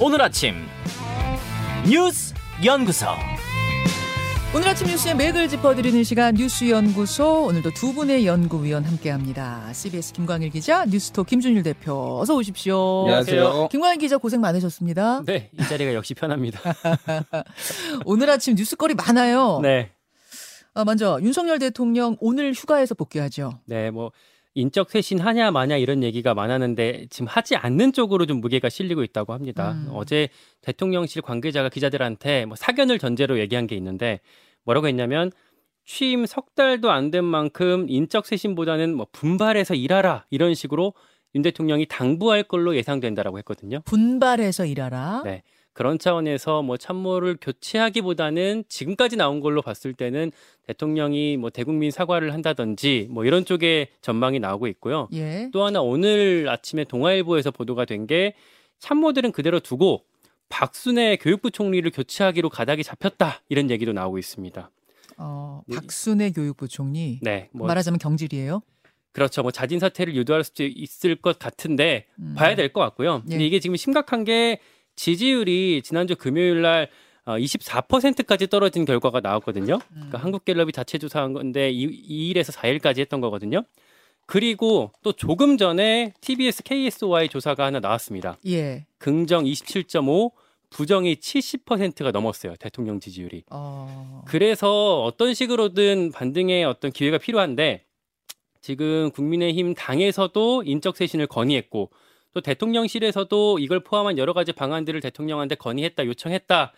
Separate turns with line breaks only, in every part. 오늘 아침 뉴스 연구소
오늘 아침 뉴스의 맥을 짚어드리는 시간 뉴스연구소 오늘도 두 분의 연구위원 함께합니다. CBS 김광일 기자, 뉴스톱 김준일 대표 어서 오십시오.
안녕하세요.
김광일 기자 고생 많으셨습니다.
네, 이 자리가 역시 편합니다.
오늘 아침 뉴스거리 많아요.
네,
아, 먼저 윤석열 대통령 오늘 휴가에서 복귀하죠.
네, 뭐 인적 쇄신 하냐 마냐 이런 얘기가 많았는데 지금 하지 않는 쪽으로 좀 무게가 실리고 있다고 합니다.
음.
어제 대통령실 관계자가 기자들한테 뭐 사견을 전제로 얘기한 게 있는데 뭐라고 했냐면 취임 석 달도 안 된 만큼 인적 쇄신보다는 뭐 분발해서 일하라 이런 식으로 윤 대통령이 당부할 걸로 예상된다라고 했거든요.
분발해서 일하라.
네. 그런 차원에서 뭐 참모를 교체하기보다는 지금까지 나온 걸로 봤을 때는 대통령이 뭐 대국민 사과를 한다든지 뭐 이런 쪽의 전망이 나오고 있고요.
예.
또 하나 오늘 아침에 동아일보에서 보도가 된 게 참모들은 그대로 두고 박순애 교육부 총리를 교체하기로 가닥이 잡혔다 이런 얘기도 나오고 있습니다.
어, 박순애 교육부 총리.
네, 뭐
말하자면 경질이에요.
그렇죠. 뭐 자진 사퇴를 유도할 수 있을 것 같은데
음.
봐야 될 것 같고요. 근데
예.
이게 지금 심각한 게 지지율이 지난주 금요일 날 24%까지 떨어진 결과가 나왔거든요.
음.
그러니까 한국갤럽이 자체 조사한 건데 2일에서 4일까지 했던 거거든요. 그리고 또 조금 전에 TBS KSY 조사가 하나 나왔습니다.
예.
긍정 27.5, 부정이 70%가 넘었어요. 대통령 지지율이.
어.
그래서 어떤 식으로든 반등의 어떤 기회가 필요한데 지금 국민의힘 당에서도 인적 쇄신을 건의했고 또 대통령실에서도 이걸 포함한 여러 가지 방안들을 대통령한테 건의했다 요청했다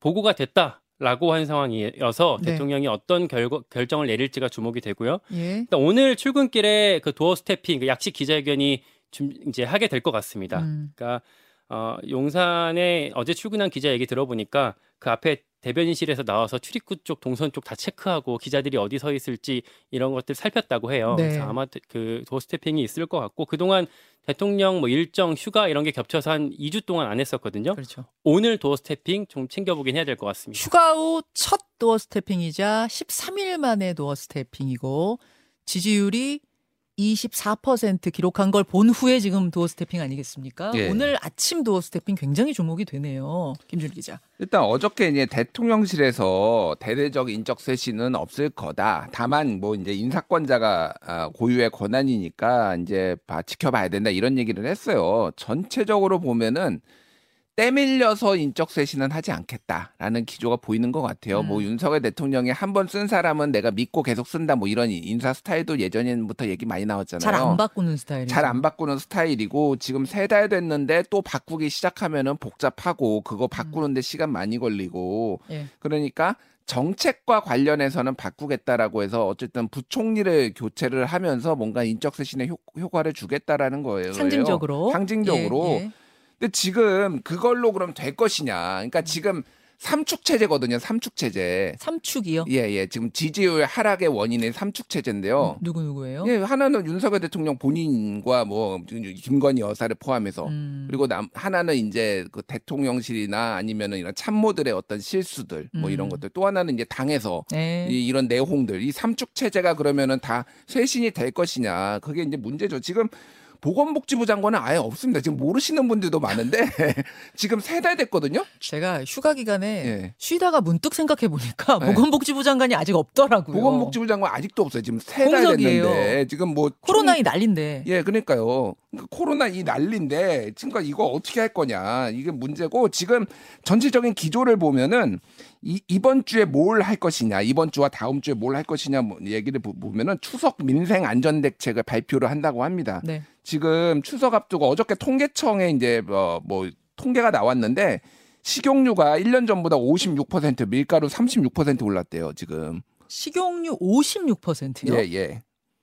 보고가 됐다라고 한 상황이어서
네.
대통령이 어떤 결과, 결정을 내릴지가 주목이 되고요.
예.
일단 오늘 출근길에 그 도어 스태핑 그 약식 기자회견이 좀 이제 하게 될 것 같습니다.
음.
그러니까 어, 용산에 어제 출근한 기자 얘기 들어보니까 그 앞에 대변인실에서 나와서 출입구 쪽 동선 쪽 다 체크하고 기자들이 어디 서 있을지 이런 것들 살폈다고 해요.
네.
그래서 아마 그 도스태핑이 있을 것 같고 그동안 대통령 뭐 일정 휴가 이런 게 겹쳐서 한 2주 동안 안 했었거든요.
그렇죠.
오늘 도스태핑 좀 챙겨보긴 해야 될 것 같습니다.
휴가 후 첫 도어 스태핑이자 13일 만의 도어 스태핑이고 지지율이 24% 기록한 걸 본 후에 지금 도어 스태핑 아니겠습니까?
예.
오늘 아침 도어 스태핑 굉장히 주목이 되네요. 김준 기자.
일단 어저께 이제 대통령실에서 대대적 인적 쇄신은 없을 거다. 다만 뭐 이제 인사권자가 아, 고유의 권한이니까 이제 봐- 지켜봐야 된다 이런 얘기를 했어요. 전체적으로 보면은 때밀려서 인적 쇄신은 하지 않겠다라는 기조가 보이는 것 같아요.
음.
뭐 윤석열 대통령이 한 번 쓴 사람은 내가 믿고 계속 쓴다 뭐 이런 인사 스타일도 예전부터 얘기 많이 나왔잖아요.
잘 안 바꾸는 스타일이에요.
잘 안 바꾸는 스타일이고 지금 세 달 됐는데 또 바꾸기 시작하면은 복잡하고
음.
그거 바꾸는데 시간 많이 걸리고
예.
그러니까 정책과 관련해서는 바꾸겠다라고 해서 어쨌든 부총리를 교체를 하면서 뭔가 인적 쇄신의 효, 효과를 주겠다라는 거예요.
상징적으로.
상징적으로.
예, 예.
근데 지금 그걸로 그럼 될 것이냐? 그러니까
음.
지금 삼축 체제거든요. 삼축 체제.
삼축이요. 음.
예, 예. 지금 지지율 하락의 원인이 삼축 체제인데요.
누구 누구예요?
예, 하나는 윤석열 대통령 본인과 뭐 김건희 여사를 포함해서
음.
그리고 남, 하나는 이제 그 대통령실이나 아니면은 이런 참모들의 어떤 실수들 뭐
음.
이런 것들 또 하나는 이제 당에서
네.
이, 이런 내홍들 이 삼축 체제가 그러면은 다 쇄신이 될 것이냐 그게 이제 문제죠. 지금 보건복지부 장관은 아예 없습니다. 지금 모르시는 분들도 많은데 지금 세 달 됐거든요.
제가 휴가 기간에
예.
쉬다가 문득 생각해 보니까
네.
보건복지부 장관이 아직 없더라고요.
보건복지부 장관 아직도 없어요. 지금 세 달
공석이에요.
됐는데 지금 뭐 총-
코로나이 난린데.
예, 그러니까요. 그러니까 코로나 이 난리인데 지금까 이거 어떻게 할 거냐 이게 문제고 지금 전체적인 기조를 보면은 이, 이번 주에 뭘 할 것이냐 이번 주와 다음 주에 뭘 할 것이냐 뭐 얘기를 보- 보면은 추석 민생 안전 대책을 발표를 한다고 합니다.
네.
지금 추석 앞두고 어저께 통계청에 이제 뭐, 뭐 통계가 나왔는데 식용유가 1년 전보다 56% 밀가루 36% 올랐대요 지금.
식용유 56%요.
예 예.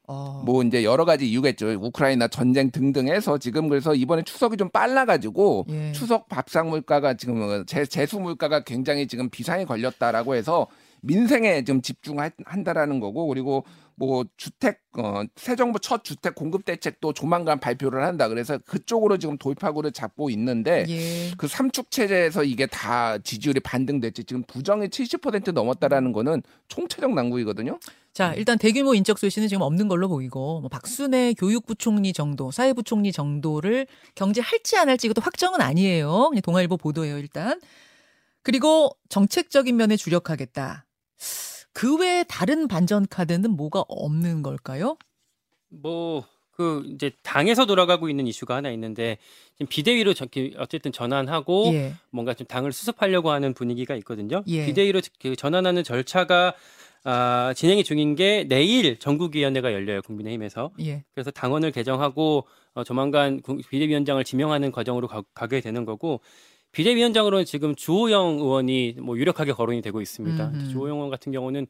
어.
뭐 이제 여러 가지 이유겠죠. 우크라이나 전쟁 등등 해서 지금 그래서 이번에 추석이 좀 빨라가지고
예.
추석 밥상 물가가 지금 어, 재, 재수 물가가 굉장히 지금 비상이 걸렸다라고 해서 민생에 좀 집중한다라는 거고 그리고 뭐 주택 어, 새 정부 첫 주택 공급 대책도 조만간 발표를 한다 그래서 그쪽으로 지금 돌파구를 잡고 있는데
예.
그 삼축 체제에서 이게 다 지지율이 반등됐지 지금 부정이 70% 넘었다라는 거는 총체적 난국이거든요.
자, 일단 대규모 인적 쇄신은 지금 없는 걸로 보이고 뭐 박순애 교육부총리 정도, 사회부총리 정도를 경제할지 안 할지 이것도 확정은 아니에요. 그냥 동아일보 보도예요, 일단. 그리고 정책적인 면에 주력하겠다. 그 외에 다른 반전 카드는 뭐가 없는 걸까요?
뭐 그 이제 당에서 돌아가고 있는 이슈가 하나 있는데 지금 비대위로 저- 기- 어쨌든 전환하고
예.
뭔가 좀 당을 수습하려고 하는 분위기가 있거든요.
예.
비대위로 지- 그 전환하는 절차가 아, 진행이 중인 게 내일 전국위원회가 열려요 국민의힘에서
예.
그래서 당원을 개정하고 어, 조만간 구- 비대위원장을 지명하는 과정으로 가, 가게 되는 거고 비대위원장으로는 지금 주호영 의원이 뭐 유력하게 거론이 되고 있습니다.
음흠.
주호영 의원 같은 경우는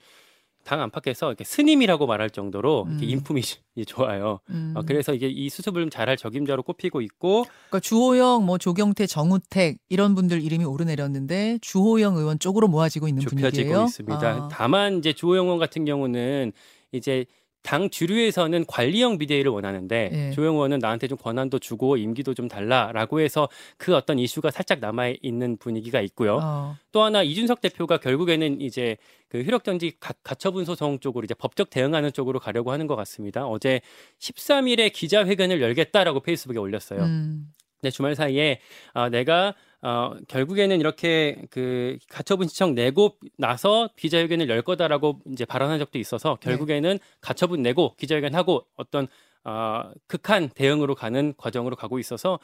당 안팎에서 이렇게 스님이라고 말할 정도로 이렇게
음.
인품이 좋아요.
음.
어, 그래서 이게 이 수습을 좀 잘할 적임자로 꼽히고 있고
그러니까 주호영, 뭐 조경태, 정우택 이런 분들 이름이 오르내렸는데 주호영 의원 쪽으로 모아지고 있는
좁혀지고
음, 분위기예요.
있습니다.
아,
다만 이제 주호영 의원 같은 경우는 이제 당 주류에서는 관리형 비대위를 원하는데
예.
조영 의원은 나한테 좀 권한도 주고 임기도 좀 달라라고 해서 그 어떤 이슈가 살짝 남아 있는 분위기가 있고요.
어,
또 하나 이준석 대표가 결국에는 이제 그 효력정지 가- 가처분 소송 쪽으로 이제 법적 대응하는 쪽으로 가려고 하는 것 같습니다. 어제 13일에 기자회견을 열겠다라고 페이스북에 올렸어요.
음.
네, 주말 사이에 아, 내가 어, 결국에는 이렇게 그 가처분 신청 내고 나서 기자회견을 열 거다라고 이제 발언한 적도 있어서
네.
결국에는 가처분 내고 기자회견하고 어떤 아 극한 대응으로 가는 과정으로 가고 있어서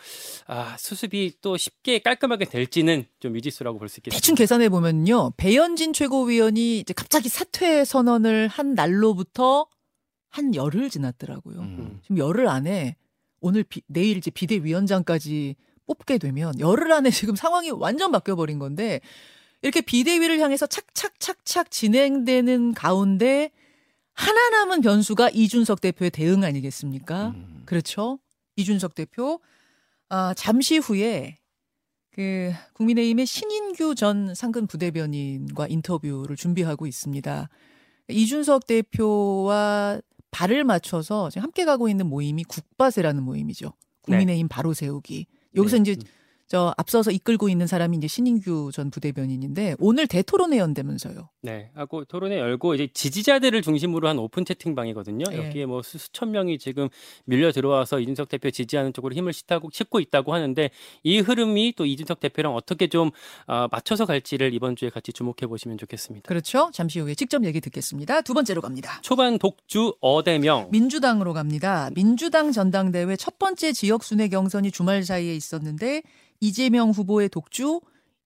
아, 수습이 또 쉽게 깔끔하게 될지는 좀 미지수라고 볼 수 있겠습니다.
대충 계산해 보면요. 배현진 최고위원이 이제 갑자기 사퇴 선언을 한 날로부터 한 열흘 지났더라고요.
음.
지금 열흘 안에 오늘 비- 내일 이제 비대위원장까지 뽑게 되면 열흘 안에 지금 상황이 완전 바뀌어 버린 건데 이렇게 비대위를 향해서 착착착착 진행되는 가운데 하나 남은 변수가 이준석 대표의 대응 아니겠습니까?
음.
그렇죠. 이준석 대표 아, 잠시 후에 그 국민의힘의 신인규 전 상근 부대변인과 인터뷰를 준비하고 있습니다. 이준석 대표와 발을 맞춰서 지금 함께 가고 있는 모임이 국바세라는 모임이죠. 국민의힘 바로 세우기. 여기서
네.
이제 저 앞서서 이끌고 있는 사람이 이제 신인규 전 부대변인인데 오늘 대토론회 연대면서요.
네, 하고 토론회 열고 이제 지지자들을 중심으로 한 오픈 채팅방이거든요.
예.
여기에 뭐 수, 수천 명이 지금 밀려 들어와서 이준석 대표 지지하는 쪽으로 힘을 싣다고 싣고 있다고 하는데 이 흐름이 또 이준석 대표랑 어떻게 좀 아, 맞춰서 갈지를 이번 주에 같이 주목해 보시면 좋겠습니다.
그렇죠? 잠시 후에 직접 얘기 듣겠습니다. 두 번째로 갑니다.
초반 독주 어대명
민주당으로 갑니다. 민주당 전당대회 첫 번째 지역 순회 경선이 주말 사이에 있었는데 이재명 후보의 독주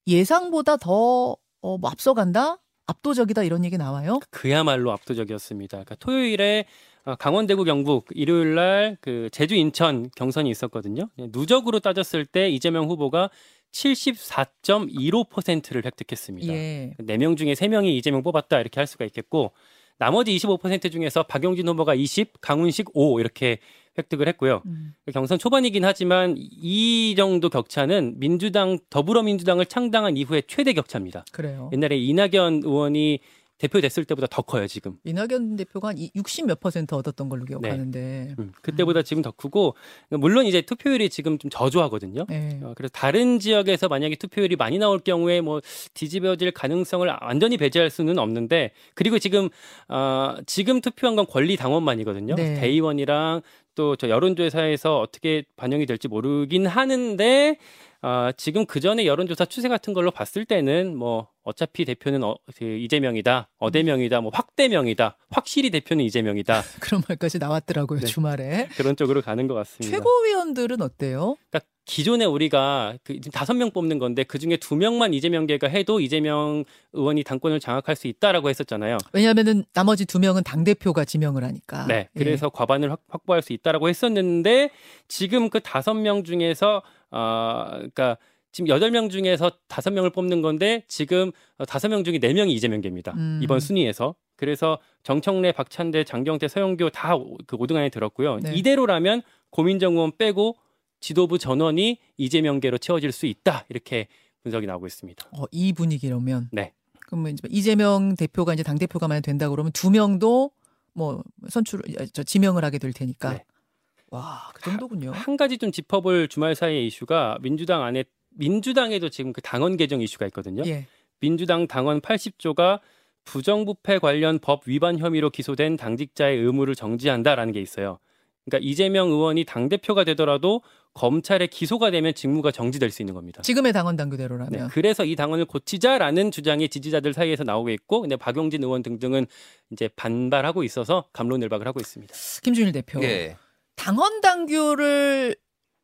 예상보다 더 어, 뭐 앞서간다, 압도적이다 이런 얘기 나와요.
그야말로 압도적이었습니다. 그러니까 토요일에 아, 강원, 대구, 경북, 일요일 날 그 제주, 인천 경선이 있었거든요. 네, 누적으로 따졌을 때 이재명 후보가 74.15%를 획득했습니다.
예.
네 명 중에 세명이 이재명 뽑았다 이렇게 할 수가 있겠고 나머지 25% 중에서 박용진 후보가 20, 강훈식 5 이렇게 획득을 했고요.
음.
경선 초반이긴 하지만 이 정도 격차는 민주당 더불어민주당을 창당한 이후에 최대 격차입니다.
그래요.
옛날에 이낙연 의원이 대표 됐을 때보다 더 커요 지금.
이낙연 대표가 한 60 몇 퍼센트 얻었던
네.
걸로 기억하는데.
음, 그때보다 지금 더 크고 물론 이제 투표율이 지금 좀 저조하거든요.
예.
어, 그래서 다른 지역에서 만약에 투표율이 많이 나올 경우에 뭐 뒤집어질 가능성을 완전히 배제할 수는 없는데 그리고 지금 아 지금 투표한 건 권리 당원만이거든요.
네.
대의원이랑 또 저 여론조사에서 어떻게 반영이 될지 모르긴 하는데 아 지금 그 전에 여론조사 추세 같은 걸로 봤을 때는 뭐 어차피 대표는 어, 그 이재명이다, 어대명이다, 뭐 확대명이다, 확실히 대표는 이재명이다
그런 말까지 나왔더라고요
네.
주말에.
그런 쪽으로 가는 것 같습니다.
최고위원들은 어때요?
그러니까 기존에 우리가 그 지금 다섯 명 뽑는 건데 그 중에 두 명만 이재명계가 해도 이재명 의원이 당권을 장악할 수 있다라고 했었잖아요.
왜냐하면은 나머지 두 명은 당 대표가 지명을 하니까.
네,
예.
그래서 과반을 확- 확보할 수 있다라고 했었는데 지금 그 다섯 명 중에서 아, 그러니까 지금 여덟 명 중에서 다섯 명을 뽑는 건데 지금 어, 다섯 명 중에 네 명이 이재명계입니다.
음.
이번 순위에서. 그래서 정청래, 박찬대, 장경태, 서영교 다그 5등 안에 들었고요.
네.
이대로라면 고민정 의원 빼고 지도부 전원이 이재명계로 채워질 수 있다 이렇게 분석이 나오고 있습니다.
어, 이 분위기라면.
네.
그러면 이제 이재명 대표가 이제 당 대표가 만약 된다 그러면 두 명도 뭐 선출 아, 저 지명을 하게 될 테니까.
네.
와, 그 정도군요.
한 가지 좀 짚어볼 주말 사이의 이슈가 민주당 안에 민주당에도 지금 그 당원 개정 이슈가 있거든요.
예.
민주당 당원 80조가 부정부패 관련 법 위반 혐의로 기소된 당직자의 의무를 정지한다라는 게 있어요. 그러니까 이재명 의원이 당 대표가 되더라도 검찰에 기소가 되면 직무가 정지될 수 있는 겁니다.
지금의 당원
네,
당규대로라면
그래서 이 당원을 고치자라는 주장이 지지자들 사이에서 나오고 있고, 근데 박용진 의원 등등은 이제 반발하고 있어서 감론을박을 하고 있습니다.
김준일 대표
예.
당원 당규를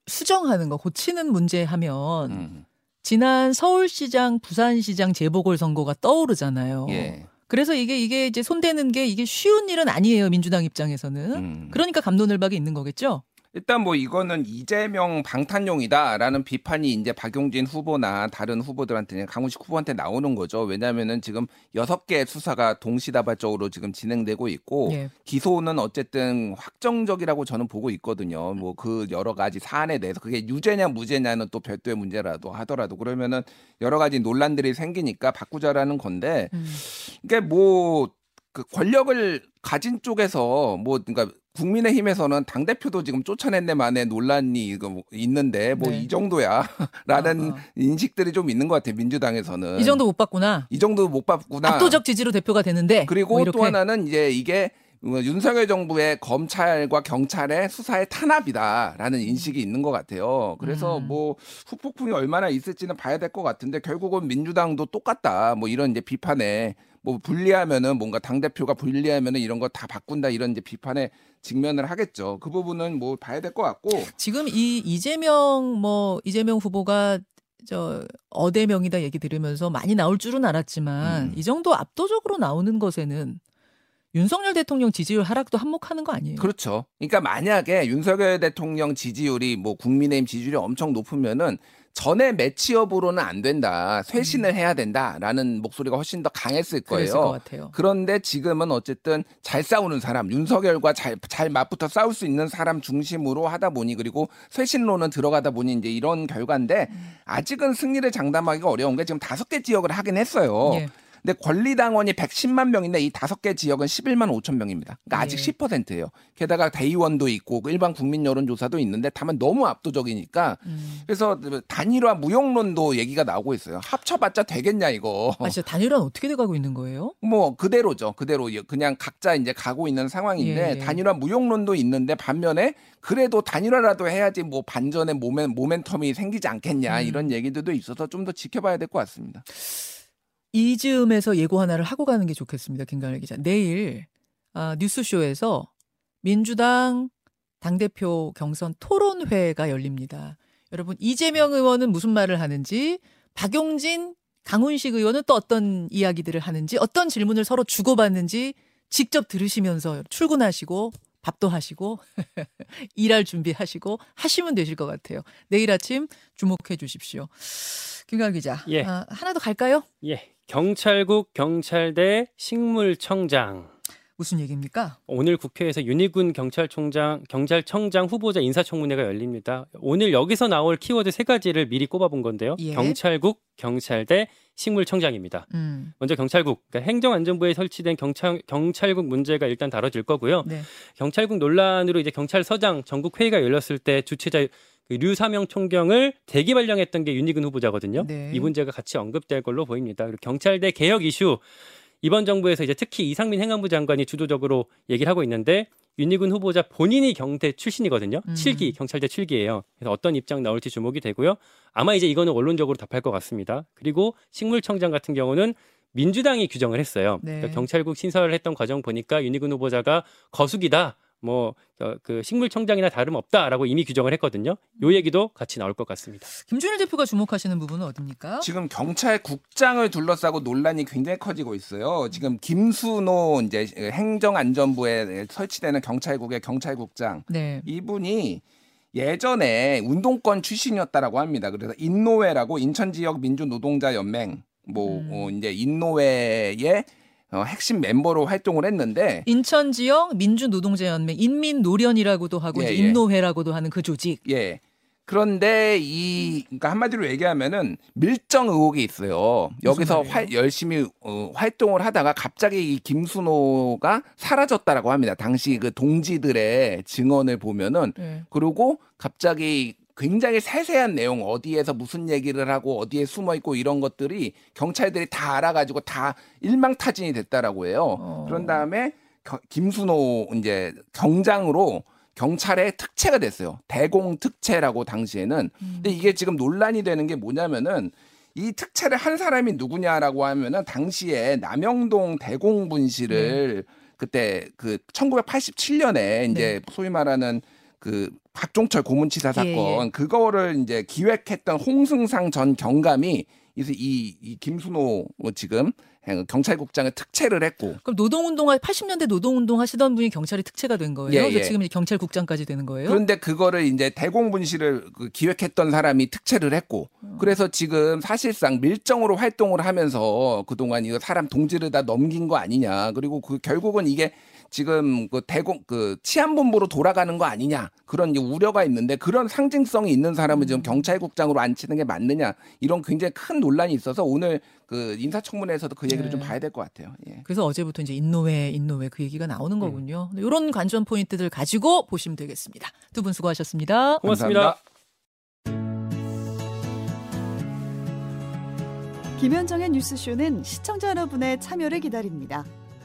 수정하는 거 고치는 문제 하면
음.
지난 서울시장, 부산시장 재보궐선거가 떠오르잖아요.
예.
그래서 이게 이게 이제 손대는 게 이게 쉬운 일은 아니에요 민주당 입장에서는.
음.
그러니까 감론을박이 있는 거겠죠.
일단 뭐 이거는 이재명 방탄용이다라는 비판이 이제 박용진 후보나 다른 후보들한테 강훈식 후보한테 나오는 거죠. 왜냐면은 지금 여섯 개 수사가 동시다발적으로 지금 진행되고 있고
예.
기소는 어쨌든 확정적이라고 저는 보고 있거든요. 뭐 그 여러 가지 사안에 대해서 그게 유죄냐 무죄냐는 또 별도의 문제라도 하더라도 그러면은 여러 가지 논란들이 생기니까 바꾸자라는 건데
음.
이게 뭐, 그 권력을 가진 쪽에서 뭐, 그러니까 국민의힘에서는 당대표도 지금 쫓아낸데 만에 논란이 이거 뭐 있는데 뭐
네.
이 정도야. 라는
아, 아.
인식들이 좀 있는 것 같아요. 민주당에서는.
이 정도 못 봤구나.
이 정도 못 봤구나.
압도적 지지로 대표가 되는데.
그리고
뭐
또 하나는 이제 이게 어, 윤석열 정부의 검찰과 경찰의 수사의 탄압이다라는 인식이 있는 것 같아요. 그래서
음.
뭐 후폭풍이 얼마나 있을지는 봐야 될 것 같은데 결국은 민주당도 똑같다. 뭐 이런 이제 비판에 뭐 분리하면은 뭔가 당 대표가 분리하면은 이런 거 다 바꾼다 이런 이제 비판에 직면을 하겠죠. 그 부분은 뭐 봐야 될 것 같고.
지금 이 이재명 뭐 이재명 후보가 저 어대명이다 얘기 들으면서 많이 나올 줄은 알았지만
음.
이 정도 압도적으로 나오는 것에는 윤석열 대통령 지지율 하락도 한몫하는 거 아니에요?
그렇죠. 그러니까 만약에 윤석열 대통령 지지율이 뭐 국민의힘 지지율이 엄청 높으면은 전에 매치업으로는 안 된다. 쇄신을 해야 된다라는 목소리가 훨씬 더 강했을
음. 그랬을 것
거예요.
같아요.
그런데 지금은 어쨌든 잘 싸우는 사람, 윤석열과 잘, 잘 맞붙어 싸울 수 있는 사람 중심으로 하다 보니 그리고 쇄신론은 들어가다 보니 이제 이런 결과인데
음.
아직은 승리를 장담하기가 어려운 게 지금 다섯 개 지역을 하긴 했어요.
예.
근데 권리당원이 110만 명인데 이 다섯 개 지역은 11만 5천 명입니다. 그러니까 아직
예.
10%예요. 게다가 대의원도 있고 그 일반 국민 여론조사도 있는데 다만 너무 압도적이니까
음.
그래서 단일화 무용론도 얘기가 나오고 있어요. 합쳐봤자 되겠냐 이거.
아 진짜 단일화는 어떻게 돼가고 있는 거예요?
뭐 그대로죠. 그대로 예, 그냥 각자 이제 가고 있는 상황인데
예.
단일화 무용론도 있는데 반면에 그래도 단일화라도 해야지 뭐 반전의 모멘, 모멘텀이 생기지 않겠냐
음.
이런 얘기들도 있어서 좀 더 지켜봐야 될 것 같습니다.
이 즈음에서 예고 하나를 하고 가는 게 좋겠습니다. 김관일 기자. 내일 아, 뉴스쇼에서 민주당 당대표 경선 토론회가 열립니다. 여러분 이재명 의원은 무슨 말을 하는지 박용진 강훈식 의원은 또 어떤 이야기들을 하는지 어떤 질문을 서로 주고받는지 직접 들으시면서 출근하시고 밥도 하시고 일할 준비하시고 하시면 되실 것 같아요. 내일 아침 주목해 주십시오. 김관 기자,
예.
아, 하나 더 갈까요?
예. 경찰국, 경찰대, 식물청장.
무슨 얘기입니까?
오늘 국회에서 윤희군 경찰총장, 경찰청장 후보자 인사청문회가 열립니다. 오늘 여기서 나올 키워드 세 가지를 미리 꼽아본 건데요.
예.
경찰국, 경찰대, 식물청장입니다.
음.
먼저 경찰국, 그러니까 행정안전부에 설치된 경찰, 경찰국 문제가 일단 다뤄질 거고요.
네.
경찰국 논란으로 이제 경찰서장 전국 회의가 열렸을 때 주최자 그 류사명 총경을 대기 발령했던 게 윤희근 후보자거든요.
네.
이 문제가 같이 언급될 걸로 보입니다. 그리고 경찰대 개혁 이슈 이번 정부에서 이제 특히 이상민 행안부 장관이 주도적으로 얘기를 하고 있는데 윤희근 후보자 본인이 경대 출신이거든요.
음.
칠 7기 경찰대 7기예요. 그래서 어떤 입장 나올지 주목이 되고요. 아마 이제 이거는 원론적으로 답할 것 같습니다. 그리고 식물청장 같은 경우는 민주당이 규정을 했어요.
네.
그러니까 경찰국 신설을 했던 과정 보니까 윤희근 후보자가 거수기다. 뭐 그 식물청장이나 다름없다라고 이미 규정을 했거든요. 요 얘기도 같이 나올 것 같습니다.
김준일 대표가 주목하시는 부분은 어딥니까?
지금 경찰국장을 둘러싸고 논란이 굉장히 커지고 있어요. 지금 김순호 이제 행정안전부에 설치되는 경찰국의 경찰국장
네.
이분이 예전에 운동권 출신이었다라고 합니다. 그래서 인노회라고 인천지역 민주노동자 연맹 뭐
음.
어, 이제 인노회의 어, 핵심 멤버로 활동을 했는데
인천 지역 민주노동자연맹 인민노련이라고도 하고
예,
이제
예.
인노회라고도 하는 그 조직.
예. 그런데 이 그러니까 한마디로 얘기하면은 밀정 의혹이 있어요. 여기서
말이에요?
활- 열심히 어, 활동을 하다가 갑자기 이 김순호가 사라졌다라고 합니다. 당시 그 동지들의 증언을 보면은
네.
그리고 갑자기 굉장히 세세한 내용 어디에서 무슨 얘기를 하고 어디에 숨어 있고 이런 것들이 경찰들이 다 알아가지고 다 일망타진이 됐다라고 해요.
어.
그런 다음에 겨- 김순호 이제 경장으로 경찰의 특채가 됐어요. 대공 특채라고 당시에는. 근데 이게 지금 논란이 되는 게 뭐냐면은 이 특채를 한 사람이 누구냐라고 하면은 당시에 남영동 대공 분실을 그때 그 1987년에 이제 소위 말하는 그 박종철 고문치사 사건
예,
그거를 이제 기획했던 홍승상 전 경감이 이제 이, 이 김순호 뭐 지금 경찰국장의 특채를 했고
그럼 노동운동 80년대 노동운동 하시던 분이 경찰이 특채가 된 거예요.
예,
그래서
예.
지금 이제 경찰국장까지 되는 거예요.
그런데 그거를 이제 대공분실을 그 기획했던 사람이 특채를 했고 그래서 지금 사실상 밀정으로 활동을 하면서 그동안 이거 사람 동지를 다 넘긴 거 아니냐 그리고 그 결국은 이게 지금 그 대공 그 치안본부로 돌아가는 거 아니냐 그런 이제 우려가 있는데 그런 상징성이 있는 사람을
음.
지금 경찰국장으로 앉히는 게 맞느냐 이런 굉장히 큰 논란이 있어서 오늘 그 인사청문회에서도 그 얘기를 좀
네.
봐야 될 것 같아요. 예.
그래서 어제부터 이제 인노회, 인노회 그 얘기가
음.
나오는 거군요. 이런 관전 포인트들 가지고 보시면 되겠습니다. 두 분 수고하셨습니다.
고맙습니다.
감사합니다.
김현정의 뉴스쇼는 시청자 여러분의 참여를 기다립니다.